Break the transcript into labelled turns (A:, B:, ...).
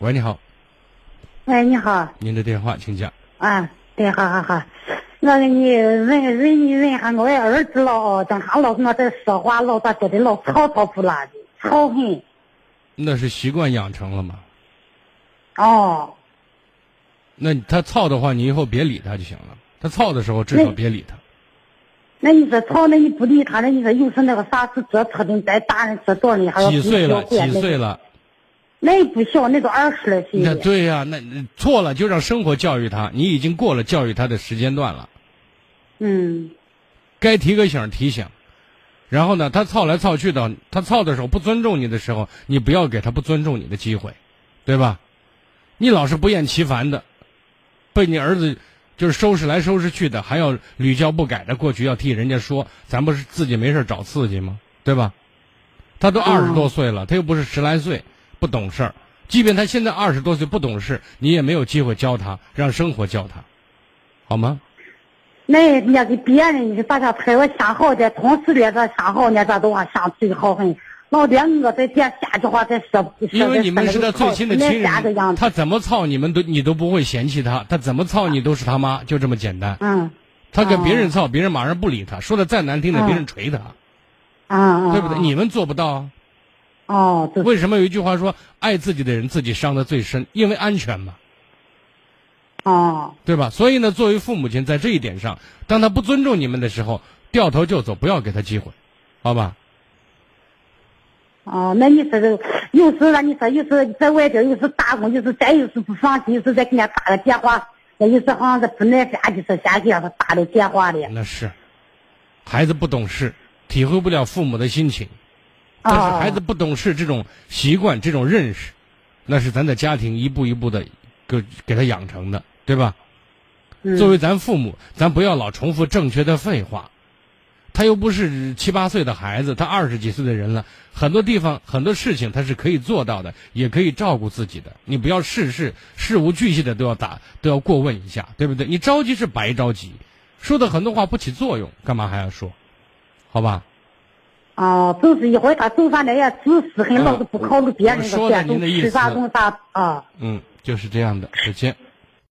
A: 喂，你好，
B: 喂，哎你好，
A: 您的电话，请讲。
B: 啊，对，好好好，我给你问问你问下，我儿子老经常老跟我这说话，老咋觉得老吵吵不拉的，吵很。
A: 那是习惯养成了吗？
B: 哦，
A: 那他操的话，你以后别理他就行了。他操的时候，至少
B: 那
A: 别理他。
B: 那你说吵，那你不理他，那你说有时那个啥事做错的，咱大人做多了，你还要
A: 几岁了？
B: 比较乖
A: 几？岁了？
B: 那也不小，那都二十来岁
A: 那
B: 了。
A: 对呀、那那错了就让生活教育他。你已经过了教育他的时间段了，
B: 嗯，
A: 该提个醒儿提醒。然后呢，他操来操去的，他操的时候不尊重你的时候，你不要给他不尊重你的机会，对吧？你老是不厌其烦的，被你儿子就是收拾来收拾去的，还要屡教不改的过去要替人家说，咱不是自己没事儿找刺激吗？对吧？他都二十多岁了，他又不是十来岁，不懂事儿。即便他现在二十多岁不懂事，你也没有机会教他，让生活教他，好吗？
B: 那人家给别人，你说大家陪我想好的，同事连着想好呢，咱都往想最好很。老连我在店下句话在说， 说
A: 因为你们是他最亲的亲
B: 家的样
A: 人，
B: 子。
A: 他怎么操你们都你都不会嫌弃他，他怎么操你都是他妈，就这么简单。
B: 嗯，
A: 他跟别人操，别人马上不理他，说的再难听的，
B: 嗯
A: 别人捶他，
B: 嗯嗯，
A: 对不对？
B: 嗯
A: 你们做不到啊。
B: 哦，对，
A: 为什么有一句话说爱自己的人自己伤得最深？因为安全嘛，
B: 哦，
A: 对吧？所以呢，作为父母亲，在这一点上，当他不尊重你们的时候，掉头就走，不要给他机会，好吧？
B: 哦，那你说这个，有时那你说有时在外边，有时打工，有时再有时不放心，有时再给人家打个电话，那有时好像是不耐烦，啊就是先给他打了电话的。
A: 那是，孩子不懂事，体会不了父母的心情。但
B: 哦啊
A: 是孩子不懂事这种习惯、这种认识，那是咱在家庭一步一步的给给他养成的，对吧？
B: 嗯
A: 作为咱父母，咱不要老重复正确的废话。他又不是七八岁的孩子，他二十几岁的人了，很多地方很多事情他是可以做到的，也可以照顾自己的。你不要事事事无巨细的都要打都要过问一下，对不对？你着急是白着急，说的很多话不起作用，干嘛还要说？好吧？
B: 哦，就是一回他做饭的也自私很，老是不考虑别人
A: 啊我说的
B: 的感
A: 您
B: 受
A: 的意思
B: 吃啥弄啥啊。
A: 嗯，就是这样的，再见。